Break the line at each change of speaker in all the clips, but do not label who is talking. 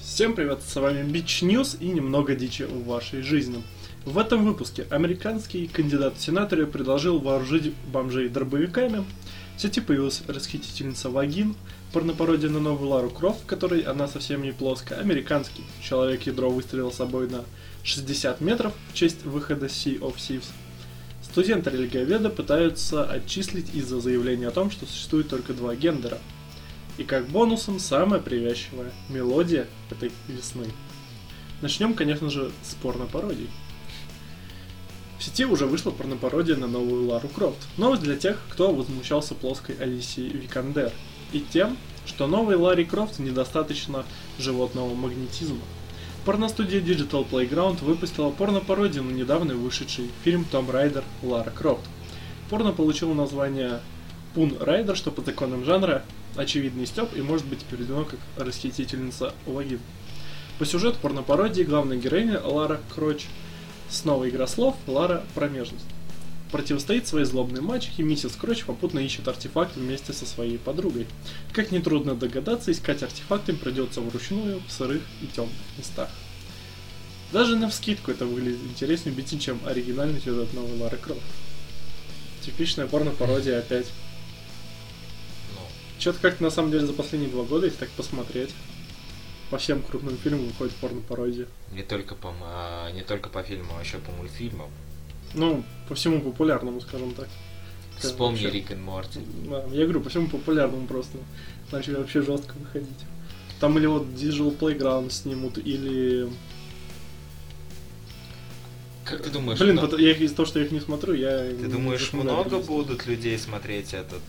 Всем привет, с вами Бич Ньюс и немного дичи в вашей жизни. В этом выпуске американский кандидат в сенаторы предложил вооружить бомжей дробовиками, в сети появилась расхитительница вагин, порнопародия на новую Лару Крофт, в которой она совсем не плоская, американский. Человек-ядро выстрелил собой на 60 метров в честь выхода Sea of Thieves. Студенты религиоведа пытаются отчислить из-за заявления о том, что существует только два гендера. И как бонусом самая привязчивая мелодия этой весны. Начнем, конечно же, с порнопародий. В сети уже вышла порнопародия на новую Лару Крофт. Новость для тех, кто возмущался плоской Алисией Викандер и тем, что новой Ларри Крофт недостаточно животного магнетизма. Порностудия Digital Playground выпустила порнопародию на недавно вышедший фильм «Том Райдер. Лара Крофт». Порно получило название «Пун Райдер», что по законам жанра очевидный стёб и может быть переведено как «Расхитительница логин». По сюжету порнопародии главная героиня Лара Кроч Снова игра слов, Лара – промежность. Противостоит своей злобной мачехе, миссис Кроч попутно ищет артефакт вместе со своей подругой. Как нетрудно догадаться, искать артефакты им придется вручную в сырых и темных местах. Даже на вскидку это выглядит интереснее бити, чем оригинальный сюжет новой Лары Крофт. Типичная порно-пародия опять.
Ну,
Чё-то как-то на самом деле за последние два года, если так посмотреть, по всем крупным фильмам выходит порно-пародия.
не только по, м- а, не только по фильму, а еще по мультфильмам.
Ну, по всему популярному, скажем так. Да,
Вспомни
вообще.
Рик и Морти.
Да, я говорю, по всему популярному просто. Начали вообще жестко выходить. Там или вот Digital Playground снимут, или...
Как ты думаешь,
Блин,
мно-
вот я их из-за того, что я их не смотрю, я...
ты думаешь, много будут людей смотреть этот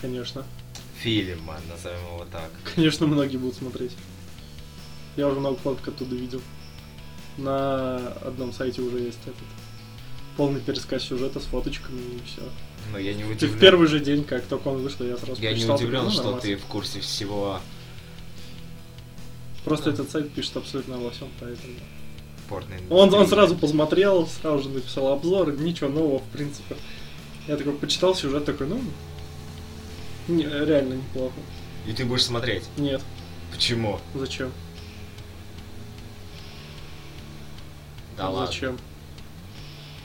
Конечно.
фильм, а, назовем его так?
Конечно, многие будут смотреть. Я уже много фоток оттуда видел. На одном сайте уже есть этот полный пересказ сюжета с фоточками и все.
Но Ну, я не
Ты Типа, в
удивлен.
первый же день, как только он вышел, я сразу
Я не
прочитал, такой,
удивлен,
«Ну,
что
нормас».
ты в курсе всего
Просто этот сайт пишет абсолютно обо всем, поэтому...
порной
Он, он
индустрии.
сразу посмотрел, сразу же написал обзор, ничего нового, в принципе. Я такой почитал сюжет, такой, ну, не, реально неплохо.
И ты будешь смотреть.
Нет,
Почему?
зачем?
Да ладно.
Ну, зачем?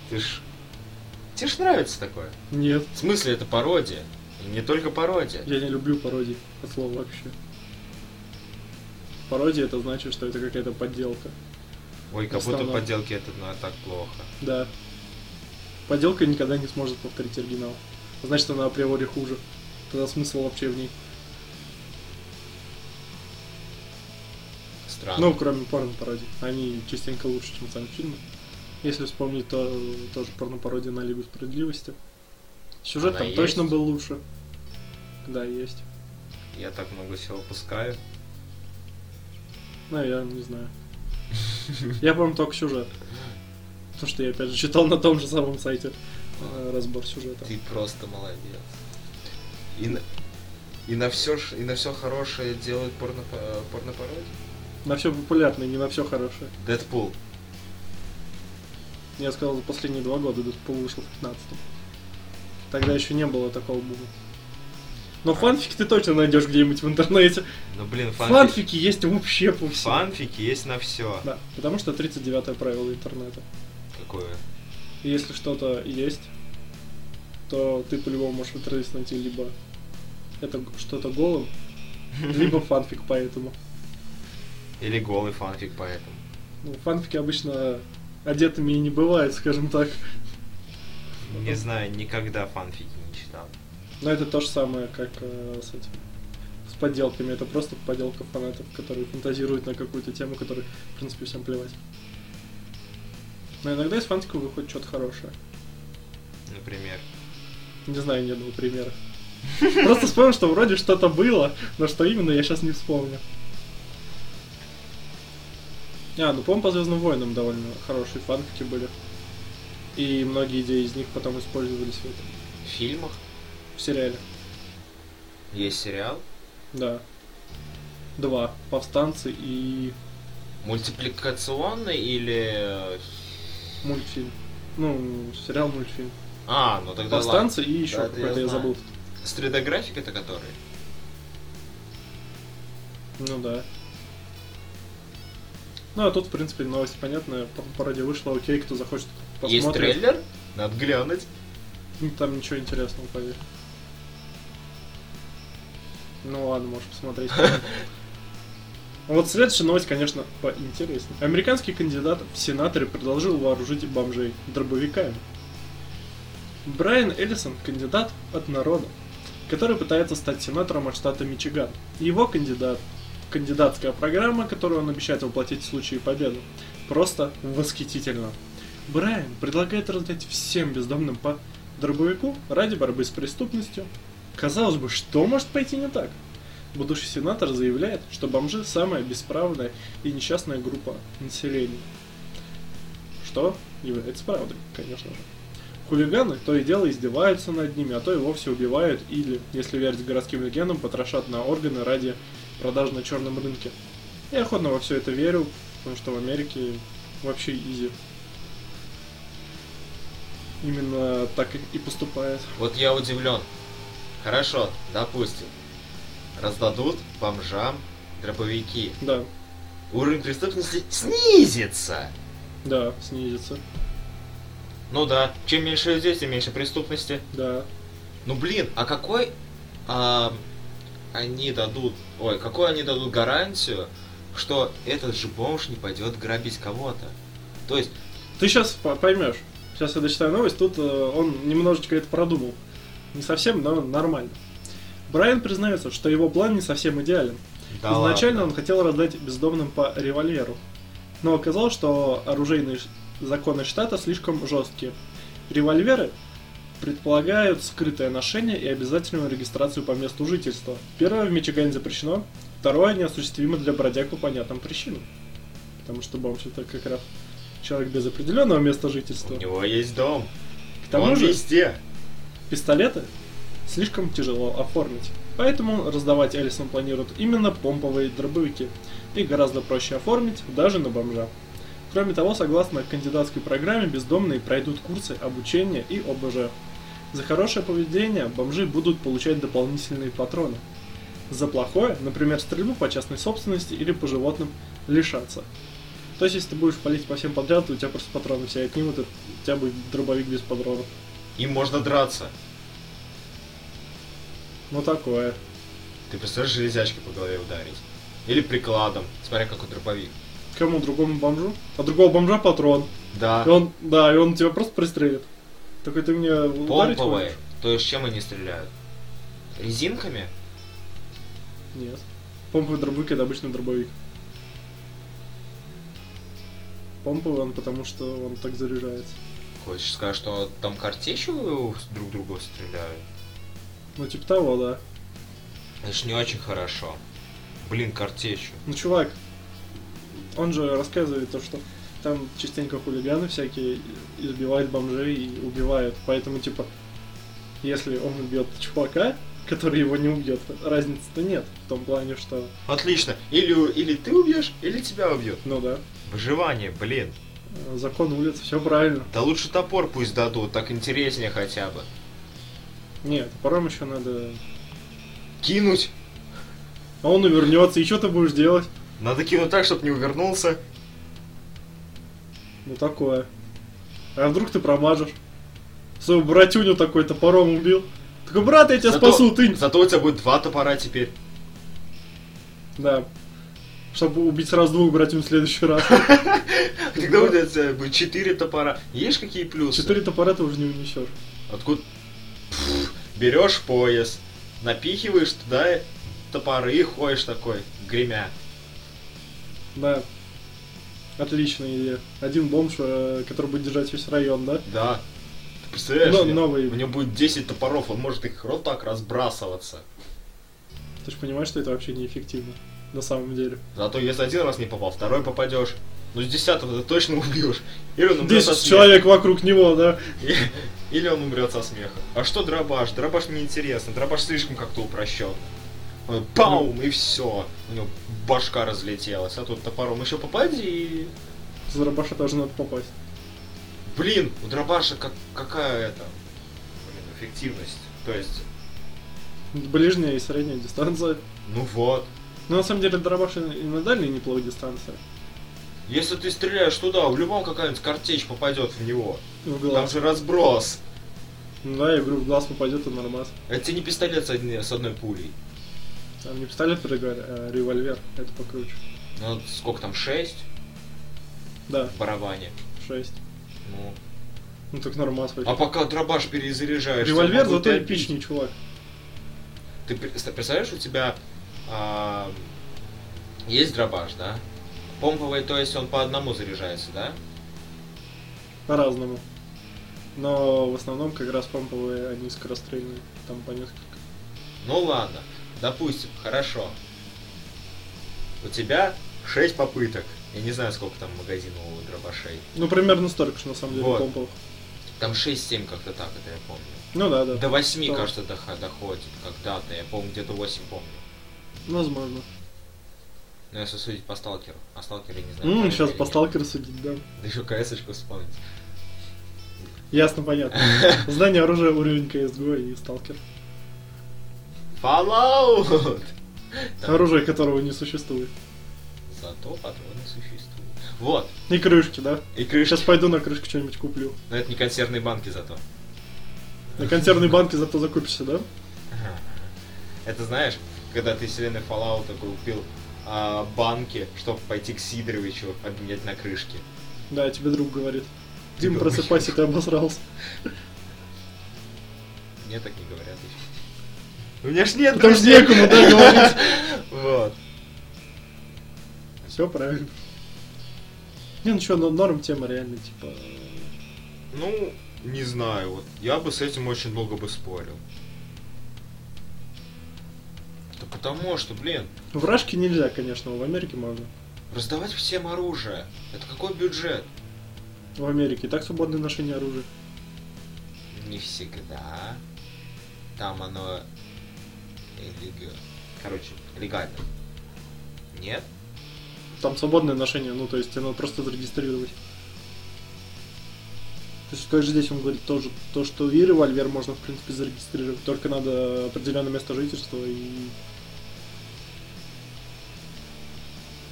Ты ж... Тебе ж нравится такое.
Нет,
В смысле, это пародия. И не только пародия.
я не люблю пародии от слова вообще. Пародия это значит, что это какая-то подделка.
Ой, как будто
основном.
подделки это ну, так плохо.
Да. Подделка никогда не сможет повторить оригинал. Значит, она априори хуже. Тогда смысл вообще в ней.
Странно.
Ну, кроме порно-пародий. Они частенько лучше, чем сами фильмы. Если вспомнить, то э, тоже порно-пародия на Лигу Справедливости. Сюжет
Она
там
есть?
точно был лучше. Да, есть.
Я так много всего пускаю.
Ну, я не знаю. Я помню только сюжет. Потому что я, опять же, читал на том же самом сайте э, разбор сюжета.
Ты просто молодец. И на, и на все и на все хорошее делают порно э, порнопародию.
На все популярное, не на все хорошее.
Дэдпул.
Я сказал, за последние два года Дэдпул вышел в 15-м. Тогда еще не было такого бума.
А.
Но фанфики ты точно найдешь где-нибудь в интернете.
Ну блин, фанфики.
Фанфики есть вообще по всему.
Фанфики есть на все.
Да, потому что 39 правило интернета.
Какое?
И если что-то есть, то ты по-любому можешь в интернете найти либо это г- что-то голым, либо фанфик поэтому.
Или голый фанфик поэтому.
Ну, фанфики обычно одетыми и не бывает, скажем так.
Не знаю, никогда фанфики не читал.
Но это то же самое, как э, с этим с подделками. Это просто подделка фанатов, которые фантазируют на какую-то тему, которой, в принципе, всем плевать. Но иногда из фанфиков выходит что-то хорошее.
Например.
Не знаю ни одного примера. Просто вспомнил, что вроде что-то было, но что именно, я сейчас не вспомню. А, ну, по-моему, по Звездным войнам довольно хорошие фанфики были. И многие идеи из них потом использовались в, этом,
В фильмах
в сериале.
есть сериал.
Да. Два. Повстанцы и
Мультипликационный или... э,
мультфильм. Ну, сериал мультфильм.
А, ну тогда ладно.
Повстанцы и еще
Да, это я
какой-то я,
знаю.
забыл.
С 3D-графикой это который?
Ну да. Ну, а тут, в принципе, новость понятная. По- по радио вышла, окей, кто захочет,
Есть
посмотрит.
трейлер? Надо глянуть.
Ну, Там ничего интересного, поверь. Ну ладно, можешь посмотреть. Вот следующая новость, конечно, поинтереснее. Американский кандидат в сенаторы предложил вооружить бомжей дробовиками. Брайан Эллисон – кандидат от народа, который пытается стать сенатором от штата Мичиган. Его кандидат, кандидатская программа, которую он обещает воплотить в случае победы, просто восхитительна. Брайан предлагает раздать всем бездомным по дробовику ради борьбы с преступностью. Казалось бы, что может пойти не так? Будущий сенатор заявляет, что бомжи самая бесправная и несчастная группа населения. Что является правдой, конечно же. Хулиганы то и дело издеваются над ними, а то и вовсе убивают или, если верить городским легендам, потрошат на органы ради продаж на черном рынке. Я охотно во все это верю, потому что в Америке вообще изи. Именно так и- и поступает.
Вот я удивлен. Хорошо, допустим. Раздадут бомжам дробовики.
Да,
Уровень преступности снизится.
да, снизится.
Ну да, чем меньше людей, тем меньше преступности.
Да.
Ну блин, а какой а, они дадут, ой, какой они дадут гарантию, что этот же бомж не пойдет грабить кого-то? То есть,
Ты сейчас поймешь. Сейчас я дочитаю новость. Тут э, он немножечко это продумал. Не совсем, но нормально. Брайан признается, что его план не совсем идеален.
да
Изначально
ладно.
он хотел раздать бездомным по револьверу, но оказалось, что оружейные ш- законы штата слишком жесткие. Револьверы предполагают скрытое ношение и обязательную регистрацию по месту жительства. Первое в Мичигане запрещено, второе неосуществимо для бродяг по понятным причинам. Потому что бомж это как раз человек без определенного места жительства.
у него есть дом.
К тому
он
же,
везде.
Пистолеты слишком тяжело оформить, поэтому раздавать Элисон планирует именно помповые дробовики. Их гораздо проще оформить, даже на бомжа. Кроме того, согласно кандидатской программе, бездомные пройдут курсы обучения и ОБЖ. За хорошее поведение бомжи будут получать дополнительные патроны. За плохое, например, стрельбу по частной собственности или по животным, лишаться. То есть, если ты будешь палить по всем подряд, то у тебя просто патроны все отнимут, и у тебя будет дробовик без патронов.
Им можно драться.
Ну такое.
Ты представляешь, железячкой по голове ударить. Или прикладом, смотря какой дробовик.
Кому? Другому бомжу? А другого бомжа патрон.
Да,
И он, да, и он тебя просто пристрелит. Такой ты мне ударить
помповые.
хочешь?
То есть чем они стреляют? Резинками?
Нет. Помповый дробовик это обычный дробовик. Помповый он, потому что он так заряжается.
Хочешь сказать, что там картечью друг друга стреляют?
Ну, типа того, да.
Это ж не очень хорошо. Блин, картечью.
Ну, чувак, он же рассказывает то, что там частенько хулиганы всякие избивают бомжей и убивают. Поэтому, типа, если он убьет чувака, который его не убьет, разницы-то нет. В том плане, что...
Отлично. Или, у- или ты убьешь, или тебя убьют.
Ну да,
Выживание, блин.
э, закон улиц, все правильно.
Да лучше топор пусть дадут, так интереснее хотя бы.
Нет, паром еще надо...
Кинуть.
А он увернется, и что ты будешь делать?
Надо кинуть так, чтобы не увернулся.
Ну такое. А вдруг ты промажешь? Своего братюню такой топором убил. Такой, брат, я тебя
Зато-
спасу, ты...
Зато у тебя будет два топора теперь.
Да. Чтобы убить сразу двух братьев в следующий раз.
Тогда у тебя будет четыре топора. Есть какие плюсы?
Четыре топора ты уже не унесешь.
Откуда? Пф, Берешь пояс, напихиваешь туда топоры и ходишь такой, гремя.
Да. Отличная идея. Один бомж, э, который будет держать весь район, да?
Да. Ты представляешь?
Но-
у меня-
новые.
У него будет 10 топоров, он может их рот так разбрасываться.
Ты же понимаешь, что это вообще неэффективно. На самом деле.
Зато если один раз не попал, второй попадешь. Ну с десятого ты точно убьешь. Или он умрет со
Десять
смеха.
человек вокруг него, да?
Или он умрет со смеха. А что дробаш? Дробаш неинтересно. Дробаш слишком как-то упрощен. Он Паум, и все. У него башка разлетелась. А тут топором еще попади и...
За рабаша тоже надо попасть.
Блин, у дробаша как, какая это... Блин, эффективность. То есть,
Ближняя и средняя дистанция.
ну вот.
Но на самом деле дробаши и на дальней неплохой дистанции.
Если ты стреляешь туда, в любом какая-нибудь картечь попадет в него.
В
Там
глаз.
же разброс.
Ну да, я говорю, в глаз попадет и нормас.
Это тебе не пистолет с, одни- с одной пулей.
Там не пистолет прыгает, а револьвер. Это покруче.
Ну, вот сколько там, шесть
Да,
в барабане?
6.
Ну.
Ну так нормас вообще.
А пока дробаш перезаряжаешь...
Револьвер
тебя могут
зато
и обидеть.
эпичный, чувак.
Ты пр- представляешь, у тебя а, есть дробаш, да? Помповый, то есть он по одному заряжается, да?
По-разному. Но в основном как раз помповые, они скорострельные. Там по несколько.
Ну ладно, допустим, хорошо. У тебя 6 попыток. Я не знаю, сколько там магазинов у дробашей.
Ну, примерно столько же, на самом деле,
Вот.
помповых.
Там 6-7 как-то так, это я помню.
Ну да, да.
До 8,
Да.
кажется, дох- доходит когда-то. Я помню, где-то 8 помню.
Возможно.
Но если судить по сталкеру. А сталкер я не знаю.
Ну,
правильно
сейчас
или
по
нет.
сталкеру судить, да.
Да еще КС-очку вспомнить.
Ясно, понятно. Знание оружия, уровень CSGO и сталкер.
Fallout! Да.
Оружие, которого не существует.
Зато патроны существуют. Вот.
И крышки, да?
И крышки.
Сейчас пойду на крышку что-нибудь куплю.
Но это не консервные банки зато.
На консервной банке зато закупишься, да?
Это знаешь, когда ты из вселенной Fallout купил а, банки, чтобы пойти к Сидоровичу обменять на крышки.
Да, тебе друг говорит. Дим,
Ты
просыпайся, ты
думаешь?
обосрался.
Мне так не говорят еще. У меня ж нет
Потому что
друзей.
некому, да, говорить.
Вот.
Все правильно. Не, ну что, норм тема реально, типа...
Ну, не знаю, вот. Я бы с этим очень долго бы спорил. Да потому что, блин,
В Рашке нельзя, конечно, в Америке можно.
раздавать всем оружие. Это какой бюджет?
В Америке и так свободное ношение оружия.
Не всегда. Там оно... иллег- Короче, легально. Нет?
Там свободное ношение, ну то есть тебе надо просто зарегистрировать. То есть как же здесь он говорит тоже то, что и револьвер можно в принципе зарегистрировать, только надо определенное место жительства и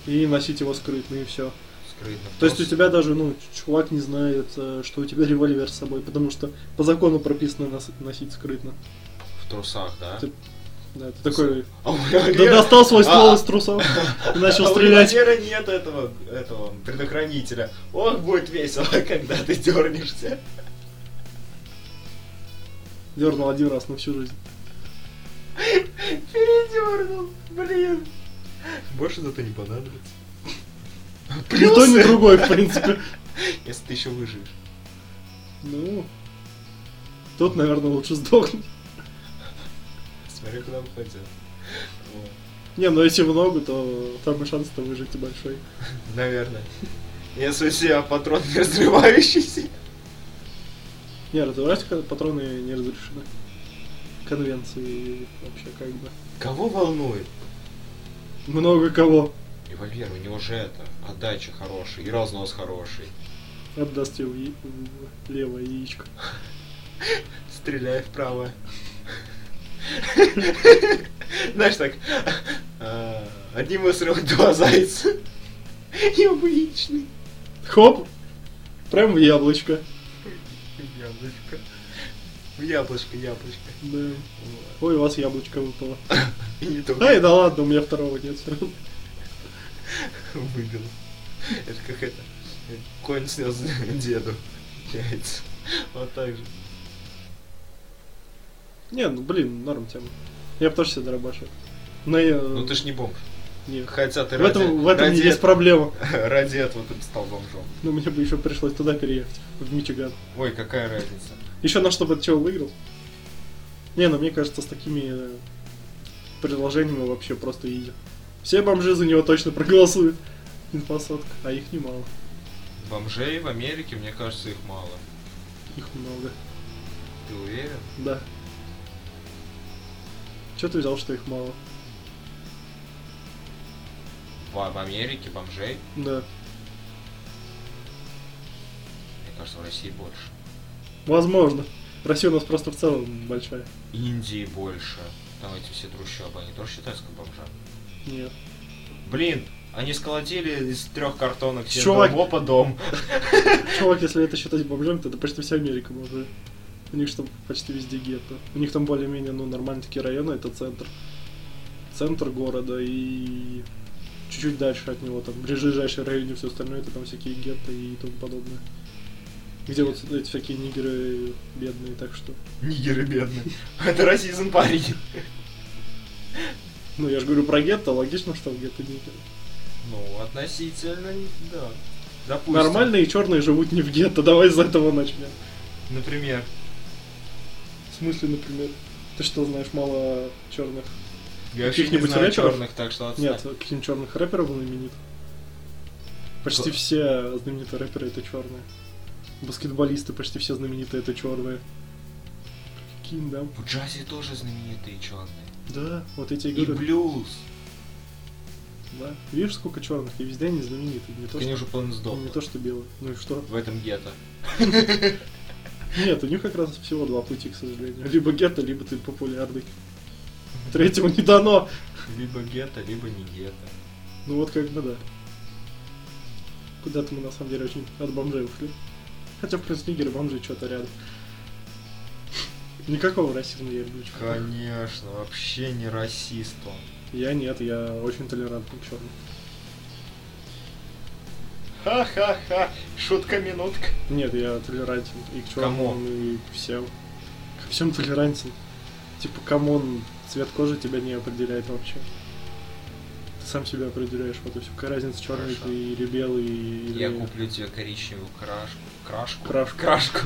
и носить его скрытно и все.
Скрытно.
То есть у
Просто-
тебя даже ну чувак не знает, э, что у тебя револьвер с собой, потому что по закону прописано нос- носить скрытно.
В трусах, да?
Ты- Да, ты такой
А у меня
да достал свой ствол
А.
из трусов и начал
А у
стрелять.
револьвера нет этого, этого предохранителя. Ох, будет весело, когда ты дернешься.
Дернул один раз на всю жизнь.
Передернул, блин. Больше зато не понадобится.
Ни то, ни другой, в принципе.
Если ты еще выживешь.
Ну, тут, наверное, лучше сдохнуть.
Смотри, куда уходят. Вот.
Не, ну если много, то там и шанс-то выжить большой.
Наверное. Если у тебя патрон не разрывающийся.
Не, развивать патроны не разрешены. Конвенции вообще как бы.
Кого волнует?
Много кого
Револьвер, у него же это, отдача хорошая и разнос хороший.
отдаст тебе в я- в левое яичко.
Стреляй вправо. Знаешь так, а, одним выстрелом два зайца. И обычный.
Хоп! Прям в яблочко.
Яблочко. Яблочко, яблочко.
Да. Ой, у вас яблочко выпало.
И не только
Ай, да ладно, у меня второго нет все равно.
выбил. Это как это, э, конь снес деду яйца. Вот так же.
Не, ну блин, норм тема. Я бы тоже себя дорабашил. Но я...
Ну ты ж не бомж.
не-
Хотя ты
В этом,
ради,
в этом и
ради,
есть проблема.
ради этого ты бы стал бомжом.
Но Ну, мне бы еще пришлось туда переехать, в Мичиган.
Ой, какая разница.
Еще на что бы чего выиграл. Не, ну мне кажется, с такими э, предложениями вообще просто изи. Все бомжи за него точно проголосуют. Инфосотка, а их немало.
Бомжей в Америке, мне кажется, их мало.
Их много.
Ты уверен?
Да. Че ты взял, что их мало?
В, в Америке бомжей,
Да.
мне кажется, в России больше.
Возможно. Россия у нас просто в целом большая.
Индии больше. Там эти все трущобы, они тоже считаются как бомжа.
Нет.
Блин, а Они сколотили из трех картонок себе
Чувак.
дом, опа, дом.
Чувак, если это считать бомжом, то это почти вся Америка уже. У них что почти везде гетто. У них там более-менее ну, нормальные такие районы, это центр. Центр города и чуть-чуть дальше от него, там, в ближайшем районе все остальное, это там всякие гетто и тому подобное. Где вот эти всякие нигеры бедные, так что...
Нигеры бедные. Это расизм, парень.
Ну, я же говорю про гетто, логично, что в гетто нигеры.
Ну, относительно, да. Допустим.
Нормальные черные живут не в гетто, давай с этого начнем.
Например.
В смысле, например, ты что знаешь, мало черных?
Я вообще не
Каких-нибудь
знаю
рэперов?
черных, так что отстань.
Нет, каким черных рэперов он именит? Почти
Кто?
все знаменитые рэперы это черные. Баскетболисты почти все знаменитые это черные. Прикинь, да?
В джазе тоже знаменитые черные.
Да, вот эти
И
игры.
блюз.
Да. Видишь, сколько черных, и везде они знаменитые. Не то,
Конечно,
что,
же Пансдоп.
не то, что белые. Ну и что?
В этом гетто.
Нет, у них как раз всего два пути, к сожалению. Либо гетто, либо ты популярный. Третьего не дано.
Либо гетто, либо не гетто.
Ну вот как бы да. Куда-то мы на самом деле очень от бомжей ушли. Хотя в принципе Игорь бомжи что-то рядом. Никакого расизма я люблю. чувак.
Конечно, вообще не расист он.
Я нет, я очень толерантный к черным.
Ха-ха-ха, шутка-минутка.
Нет, я толерантен и к
Кому?
черным, и к всем. Ко всем толерантен. Типа, камон, цвет кожи тебя не определяет вообще. Ты сам себя определяешь, вот и все. Какая разница, черный
Хорошо.
ты или белый, или...
Я куплю тебе коричневую крашку. Крашку.
Крашку.
Крашку.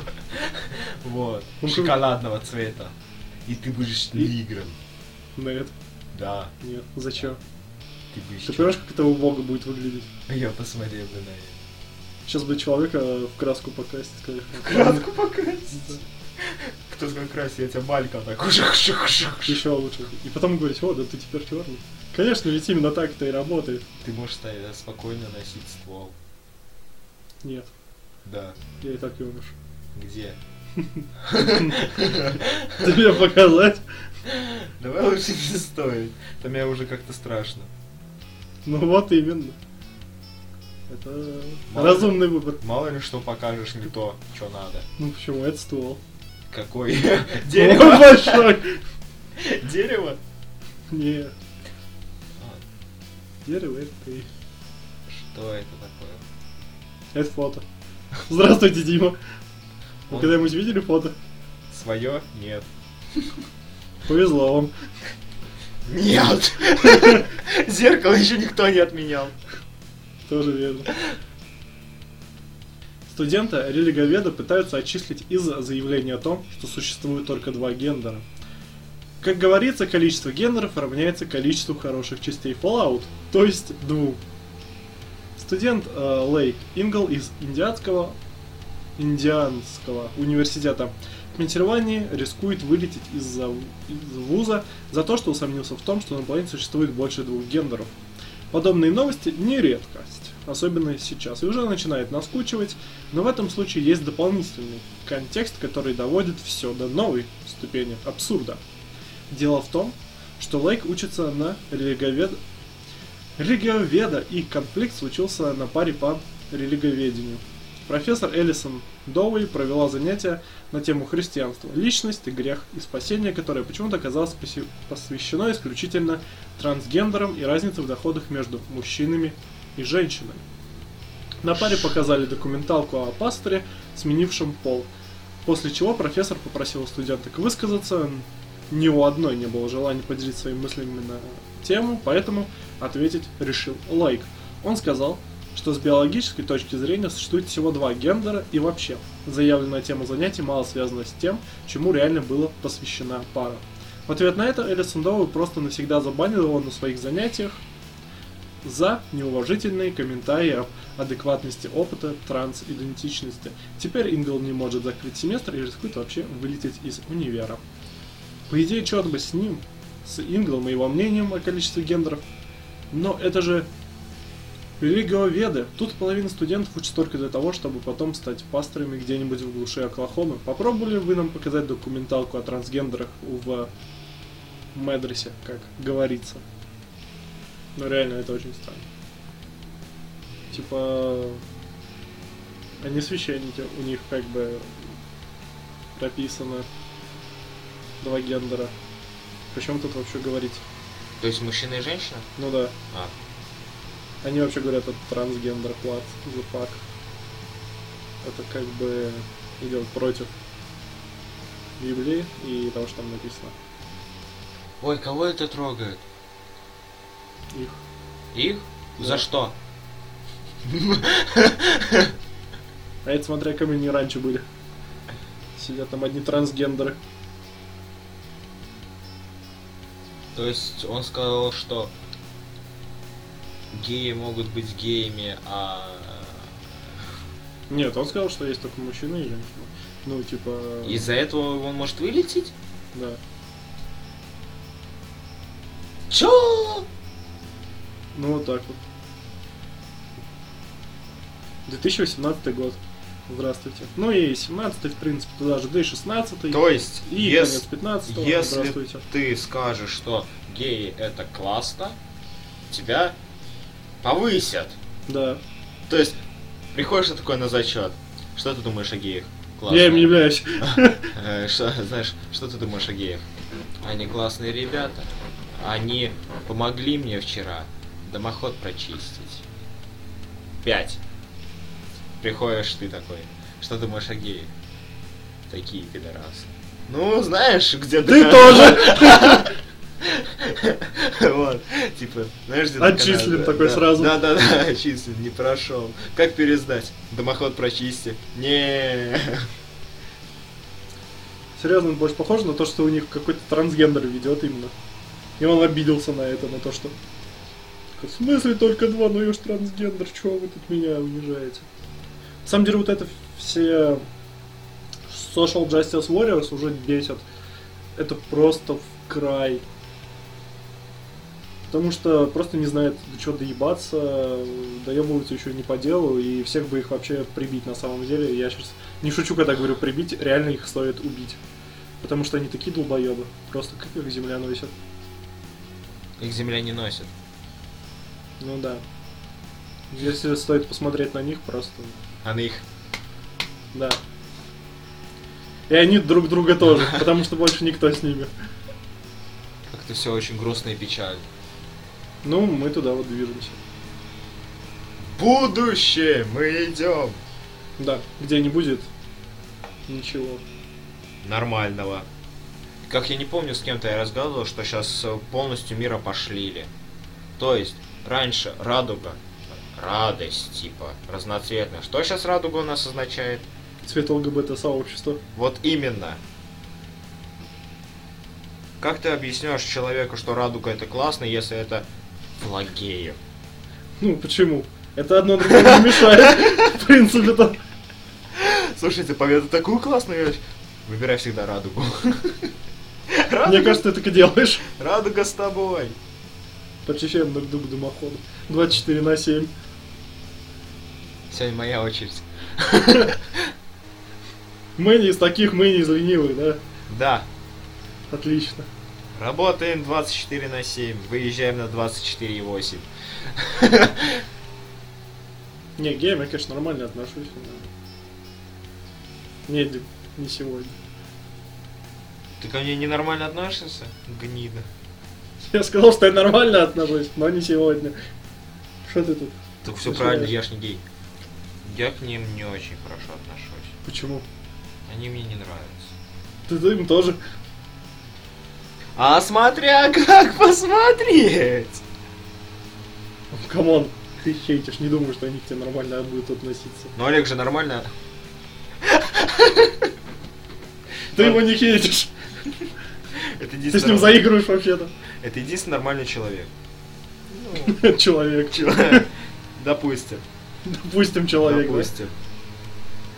Вот.
Ну, ты-
Шоколадного цвета. И ты будешь
И-
нигром.
Нет,
Да.
нет, зачем?
Ты будешь.
Ты понимаешь, как это убого будет выглядеть?
Я посмотрел бы на это.
Сейчас бы человека в краску покрасить, конечно.
Краску покрасить. Кто сказал красить? Я тебя балькал так. Шух, шух, шух, шух.
Еще лучше. И потом говорить, о, да ты теперь черный. Конечно, ведь именно так это и работает.
Ты можешь ста- э, спокойно носить ствол.
Нет,
Да.
я и так его ношу.
Где?
Тебе показать?
Давай лучше не стоит. Там я уже как-то страшно.
Ну вот именно. Это
Мало ли.
разумный выбор.
Мало ли что покажешь не то, что надо.
Ну почему это ствол?
Какой?
Он
Дерево.
большой.
Дерево.
Не,
А,
дерево это ты.
Что это такое?
Это фото. Здравствуйте, Дима. Вы
Он-
когда-нибудь видели фото?
Свое? Нет.
Повезло вам.
Нет! Зеркало еще никто не отменял.
Тоже верно. Студенты религоведа пытаются отчислить из заявления о том, что существует только два гендера. Как говорится, количество гендеров равняется количеству хороших частей Fallout, то есть двум. Студент э, Лейк Ингл из Индианского, Индианского университета Пенсильвании рискует вылететь из, из вуза за то, что усомнился в том, что на планете существует больше двух гендеров. Подобные новости не редкость, особенно сейчас, и уже начинает наскучивать, но в этом случае есть дополнительный контекст, который доводит все до новой ступени абсурда. Дело в том, что Лейк учится на религовед... религоведа, и конфликт случился на паре по религоведению. Профессор Элисон Доуи провела занятия на тему христианства, личность, грех и спасение, которое почему-то оказалось посе- посвящено исключительно трансгендерам и разнице в доходах между мужчинами и женщинами. На паре показали документалку о пасторе, сменившем пол, после чего профессор попросил студенток высказаться. Ни у одной не было желания поделиться своими мыслями на тему, поэтому ответить решил Лайк. Он сказал, что с биологической точки зрения существует всего два гендера и вообще заявленная тема занятий мало связана с тем, чему реально была посвящена пара. В ответ на это Элисон Доуи просто навсегда забанила его на своих занятиях за неуважительные комментарии об адекватности опыта транс-идентичности. Теперь Ингл не может закрыть семестр и рискует вообще вылететь из универа. По идее, черт бы с ним, с Инглом и его мнением о количестве гендеров, но это же религиоведы. Тут половина студентов учится только для того, чтобы потом стать пасторами где-нибудь в глуши Оклахомы. Попробовали вы нам показать документалку о трансгендерах в Медресе, как говорится. Но реально это очень странно. Типа, они священники, у них как бы прописано два гендера. Причем тут вообще говорить?
То есть мужчина и женщина?
Ну да.
А.
Они вообще говорят о трансгендер плат за фак. Это как бы идет против Библии и того, что там написано.
Ой, кого это трогает?
Их.
Их?
Да.
За что?
А это смотря, как они раньше были. Сидят там одни трансгендеры.
То есть он сказал, что геи могут быть геями, а
Нет, он сказал, что есть только мужчины и женщины. Ну, типа...
из-за этого он может вылететь?
Да.
Чё?
Ну, вот так вот. 2018 год. Здравствуйте. Ну и 17 в принципе, туда же, да и 16
То есть,
и
если,
конец 15
если-
Здравствуйте.
ты скажешь, что геи это классно, тебя повысят.
Да.
То есть, приходишь ты такой на зачет. Что ты думаешь о геях?
Я им являюсь.
Э, Что, знаешь, что ты думаешь о геях? Они классные ребята. Они помогли мне вчера домоход прочистить. Пять. Приходишь ты такой. Что думаешь о геях? Такие пидорасы. Ну, знаешь, где
Ты тоже!
Вот, типа, знаешь, где
Отчислен
доканал-
такой
да,
сразу.
Да, да, да, отчислен, не прошел. Как пересдать? Домоход прочисти. Не.
Серьезно, он больше похож на то, что у них какой-то трансгендер ведет именно. И он обиделся на это, на то, что... В смысле только два, ну я ж трансгендер, чего вы тут меня унижаете? На самом деле вот это все Social Justice Warriors уже бесят. Это просто в край. Потому что просто не знают, до чего доебаться, доебываются еще не по делу, и всех бы их вообще прибить на самом деле. Я сейчас не шучу, когда говорю прибить, реально их стоит убить. Потому что они такие долбоебы. Просто как их земля носит.
Их земля не носит.
Ну да. Если стоит посмотреть на них, просто...
Она их
Да. И они друг друга тоже, потому что больше никто с ними.
Как-то все очень грустно и печально.
Ну, мы туда вот движемся.
Будущее мы идем.
Да, где не будет ничего.
Нормального. Как я не помню, с кем-то я разговаривал, что сейчас полностью мира пошлили. То есть, раньше радуга, радость, типа, разноцветная. Что сейчас радуга у нас означает?
Цвет ЛГБТ-сообщества.
Вот именно. Как ты объяснешь человеку, что радуга это классно, если это флагеев?
Ну, почему? Это одно другому не мешает. В принципе, то.
Слушайте, победа такую классную вещь. Выбирай всегда радугу.
Мне кажется, ты так и делаешь.
радуга с тобой.
Почищаем друг друга дымоходом. 24 на 7.
Сегодня моя очередь.
Мы не из таких, мы не из ленивых, да?
Да,
Отлично.
работаем 24 на 7, выезжаем на 24,8.
Не, к геям я, конечно, нормально отношусь. но- Не, Дим, не сегодня.
Ты ко мне ненормально относишься? Гнида.
Я сказал, что я нормально отношусь, но не сегодня. Что ты тут?
Так все
Ты
правильно,
знаешь.
я ж не гей. Я к ним не очень хорошо отношусь.
Почему?
Они мне не нравятся.
Ты ты им тоже.
А смотря как посмотреть!
Ну, Камон, ты хейтишь, не думаю, что они к тебе нормально будут относиться.
Но Ну, Олег же нормально.
Ты его не хейтишь.
Это
Ты с
единственный,
ним заигрываешь вообще-то.
это единственный нормальный человек.
Человек.
Ну, Человек. Допустим.
Допустим, человек. да?
Допустим.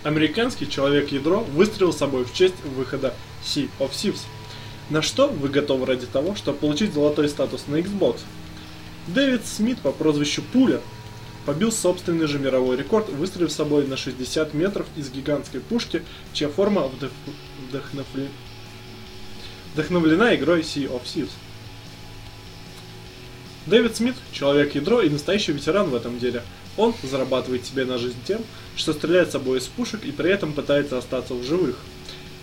Американский человек-ядро выстрелил собой в честь выхода Sea of Thieves. На что вы готовы ради того, чтобы получить золотой статус на Xbox? Дэвид Смит по прозвищу Пуля побил собственный же мировой рекорд, выстрелив собой на 60 метров из гигантской пушки, чья форма вдох- вдохновле- вдохновлена игрой Sea of Thieves. Дэвид Смит – человек-ядро и настоящий ветеран в этом деле. Он зарабатывает себе на жизнь тем, что стреляет с собой из пушек и при этом пытается остаться в живых.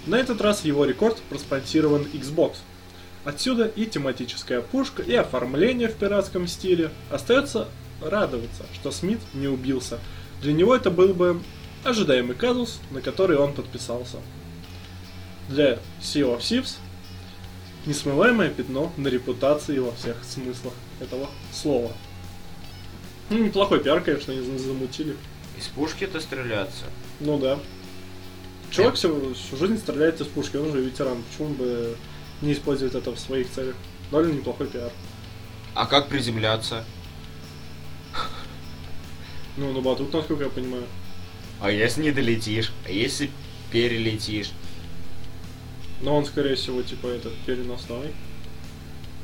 На этот раз его рекорд проспонсирован Xbox. Отсюда и тематическая пушка, и оформление в пиратском стиле. Остается радоваться, что Смит не убился. Для него это был бы ожидаемый казус, на который он подписался. Для Sea of Thieves несмываемое пятно на репутации во всех смыслах этого слова. Ну, неплохой пиар, конечно, они зам- замутили.
Из пушки-то стреляться.
Ну да. Чувак всю, всю жизнь стреляет из пушки, он же ветеран. Почему бы не использовать это в своих целях? Довольно неплохой пиар.
А как приземляться?
Ну, ну батут, насколько я понимаю.
А если не долетишь? А если перелетишь?
Но он, скорее всего, типа этот переносной.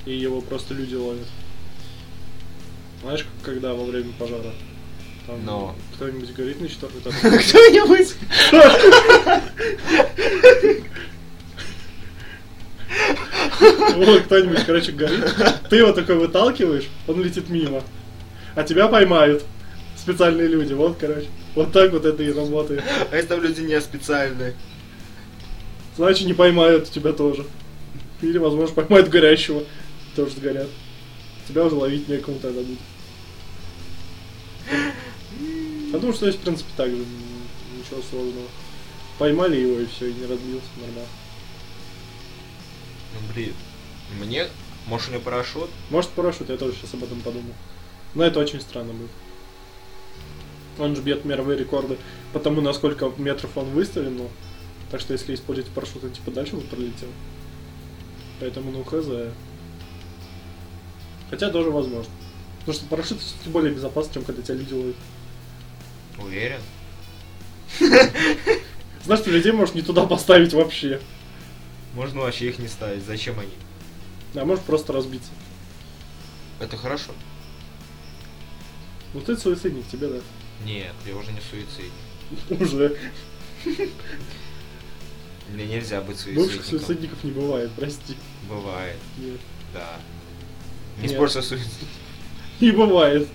И его просто люди ловят. Знаешь, как когда во время пожара? Там
Но.
кто-нибудь горит на четвертом этаже.
Кто-нибудь?
Вот кто-нибудь, короче, горит. Ты его такой выталкиваешь, он летит мимо. А тебя поймают. Специальные люди, вот, короче. Вот так вот это и работает.
А если там люди не специальные?
Значит, не поймают тебя тоже. Или, возможно, поймают горящего. Тоже сгорят. Тебя уже ловить некому тогда будет. Я думаю, что здесь, в принципе, так же. м, Ничего сложного. Поймали его и все, и не разбился, нормально.
Ну, блин. Мне? Может, у него парашют?
Может, парашют, я тоже сейчас об этом подумал. Но это очень странно будет. Он же бьет мировые рекорды по тому, насколько метров он выставлен. ну. Так что, если использовать парашют, он типа дальше бы пролетел. Поэтому, ну, хз. Хотя тоже возможно. Потому что парашют все-таки более безопасен, чем когда тебя люди ловят.
Уверен.
Знаешь, ты людей можешь не туда поставить вообще.
Можно вообще их не ставить. Зачем они?
А можешь просто разбиться.
Это хорошо.
Ну ты суицидник, тебе да.
Нет, я уже не суицидник.
Уже.
Мне нельзя быть
Бывших
суицидником.
суицидников не бывает, прости.
Бывает,
Нет.
да. Не
Нет.
спорь со суицидом.
Не бывает.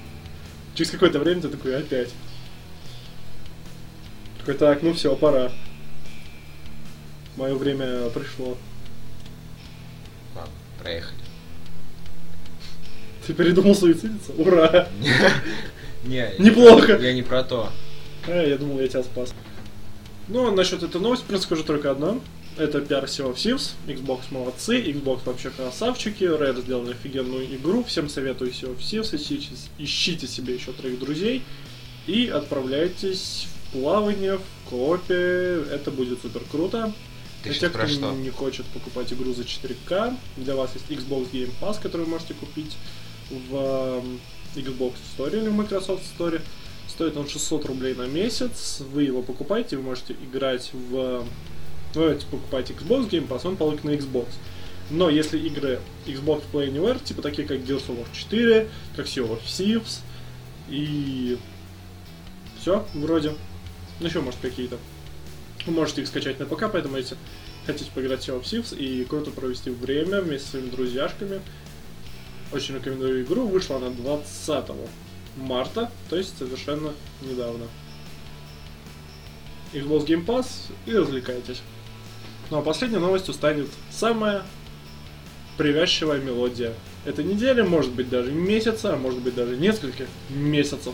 Через какое-то время ты такой опять. Такой, так, ну все, пора. Мое время пришло.
Ладно, проехали.
Ты передумал суицидиться? Ура!
Не,
Неплохо.
Я не про то.
Э, я думал, я тебя спас. Ну, а насчет этой новости, в принципе, скажу только одно. Это PR Sea of Thieves, Xbox молодцы, Xbox вообще красавчики, Rare сделали офигенную игру, всем советую Sea of Thieves, ищите, ищите себе еще троих друзей и отправляйтесь в плавание, в коопе, это будет супер круто.
Ты
Для
сейчас
тех, кто
про что?
не хочет покупать игру за 4К, для вас есть Xbox Game Pass, который вы можете купить в эм, Xbox Store или в Microsoft Store. Стоит он 600 рублей на месяц. Вы его покупаете, вы можете играть в... Ну, давайте покупать Xbox Game Pass, он получит на Xbox. Но если игры Xbox Play Anywhere, типа такие как Gears of War 4, как Sea of Thieves и... Все, вроде. Ну, еще, может, какие-то. Вы можете их скачать на ПК, поэтому если хотите поиграть в Sea of Thieves и круто провести время вместе с своими друзьяшками, очень рекомендую игру. Вышла она 20 марта, то есть совершенно недавно. Xbox Game Pass и развлекайтесь. Ну а последней новостью станет самая привязчивая мелодия. этой недели, может быть даже месяца, а может быть даже нескольких месяцев.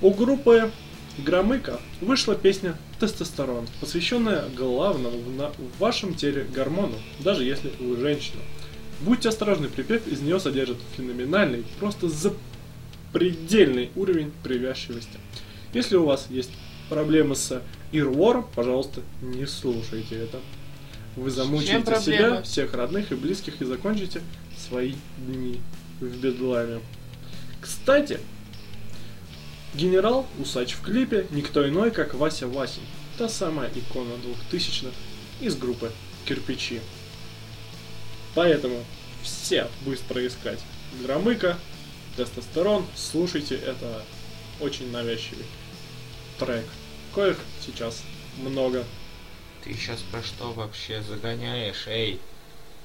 У группы Громыка вышла песня «Тестостерон», посвященная главному в, на- в вашем теле гормону, даже если вы женщина. Будьте осторожны, припев из нее содержит феноменальный, просто запредельный уровень привязчивости. Если у вас есть проблемы с Ирвор, пожалуйста, не слушайте это. Вы замучаете себя,
проблемы?
всех родных и близких и закончите свои дни в бедламе. Кстати, Генерал, усач в клипе, никто иной, как Вася Васин. Та самая икона 2000-х из группы «Кирпичи». Поэтому все быстро искать Громыка, тестостерон, слушайте, это очень навязчивый трек. Коих сейчас много.
Ты сейчас про что вообще загоняешь, эй?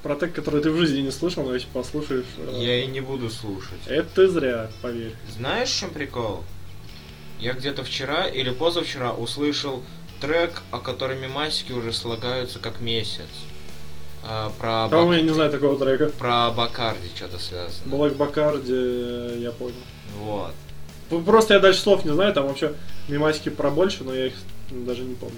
про тег, который ты в жизни не слышал, но если послушаешь... э,
Я и не буду слушать.
Это ты зря, поверь.
Знаешь, в чем прикол? Я где-то вчера или позавчера услышал трек, о котором мемасики уже слагаются как месяц. А, про,
По-моему,
Бак-
я не знаю такого трека.
про Бакарди что-то связано.
Блэк Бакарди, э, я понял.
Вот.
Ну, Просто я дальше слов не знаю, там вообще мемасики про больше, но я их даже не помню.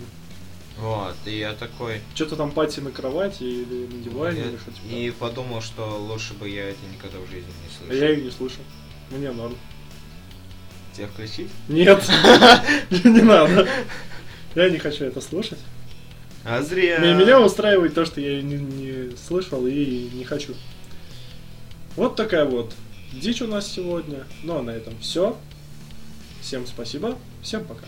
Вот. И я такой...
Что-то там пати на кровати или на диване,
я-
или что-то типа
и подумал, что лучше бы я это никогда в жизни не
того.
слышал.
А Я их не слышал. Мне норм.
Тебя включить?
Нет, не надо. Я не хочу это слушать.
А зря.
Меня- Меня устраивает то, что я не, не слышал и не хочу. Вот такая вот дичь у нас сегодня. Ну а на этом все. Всем спасибо. Всем пока.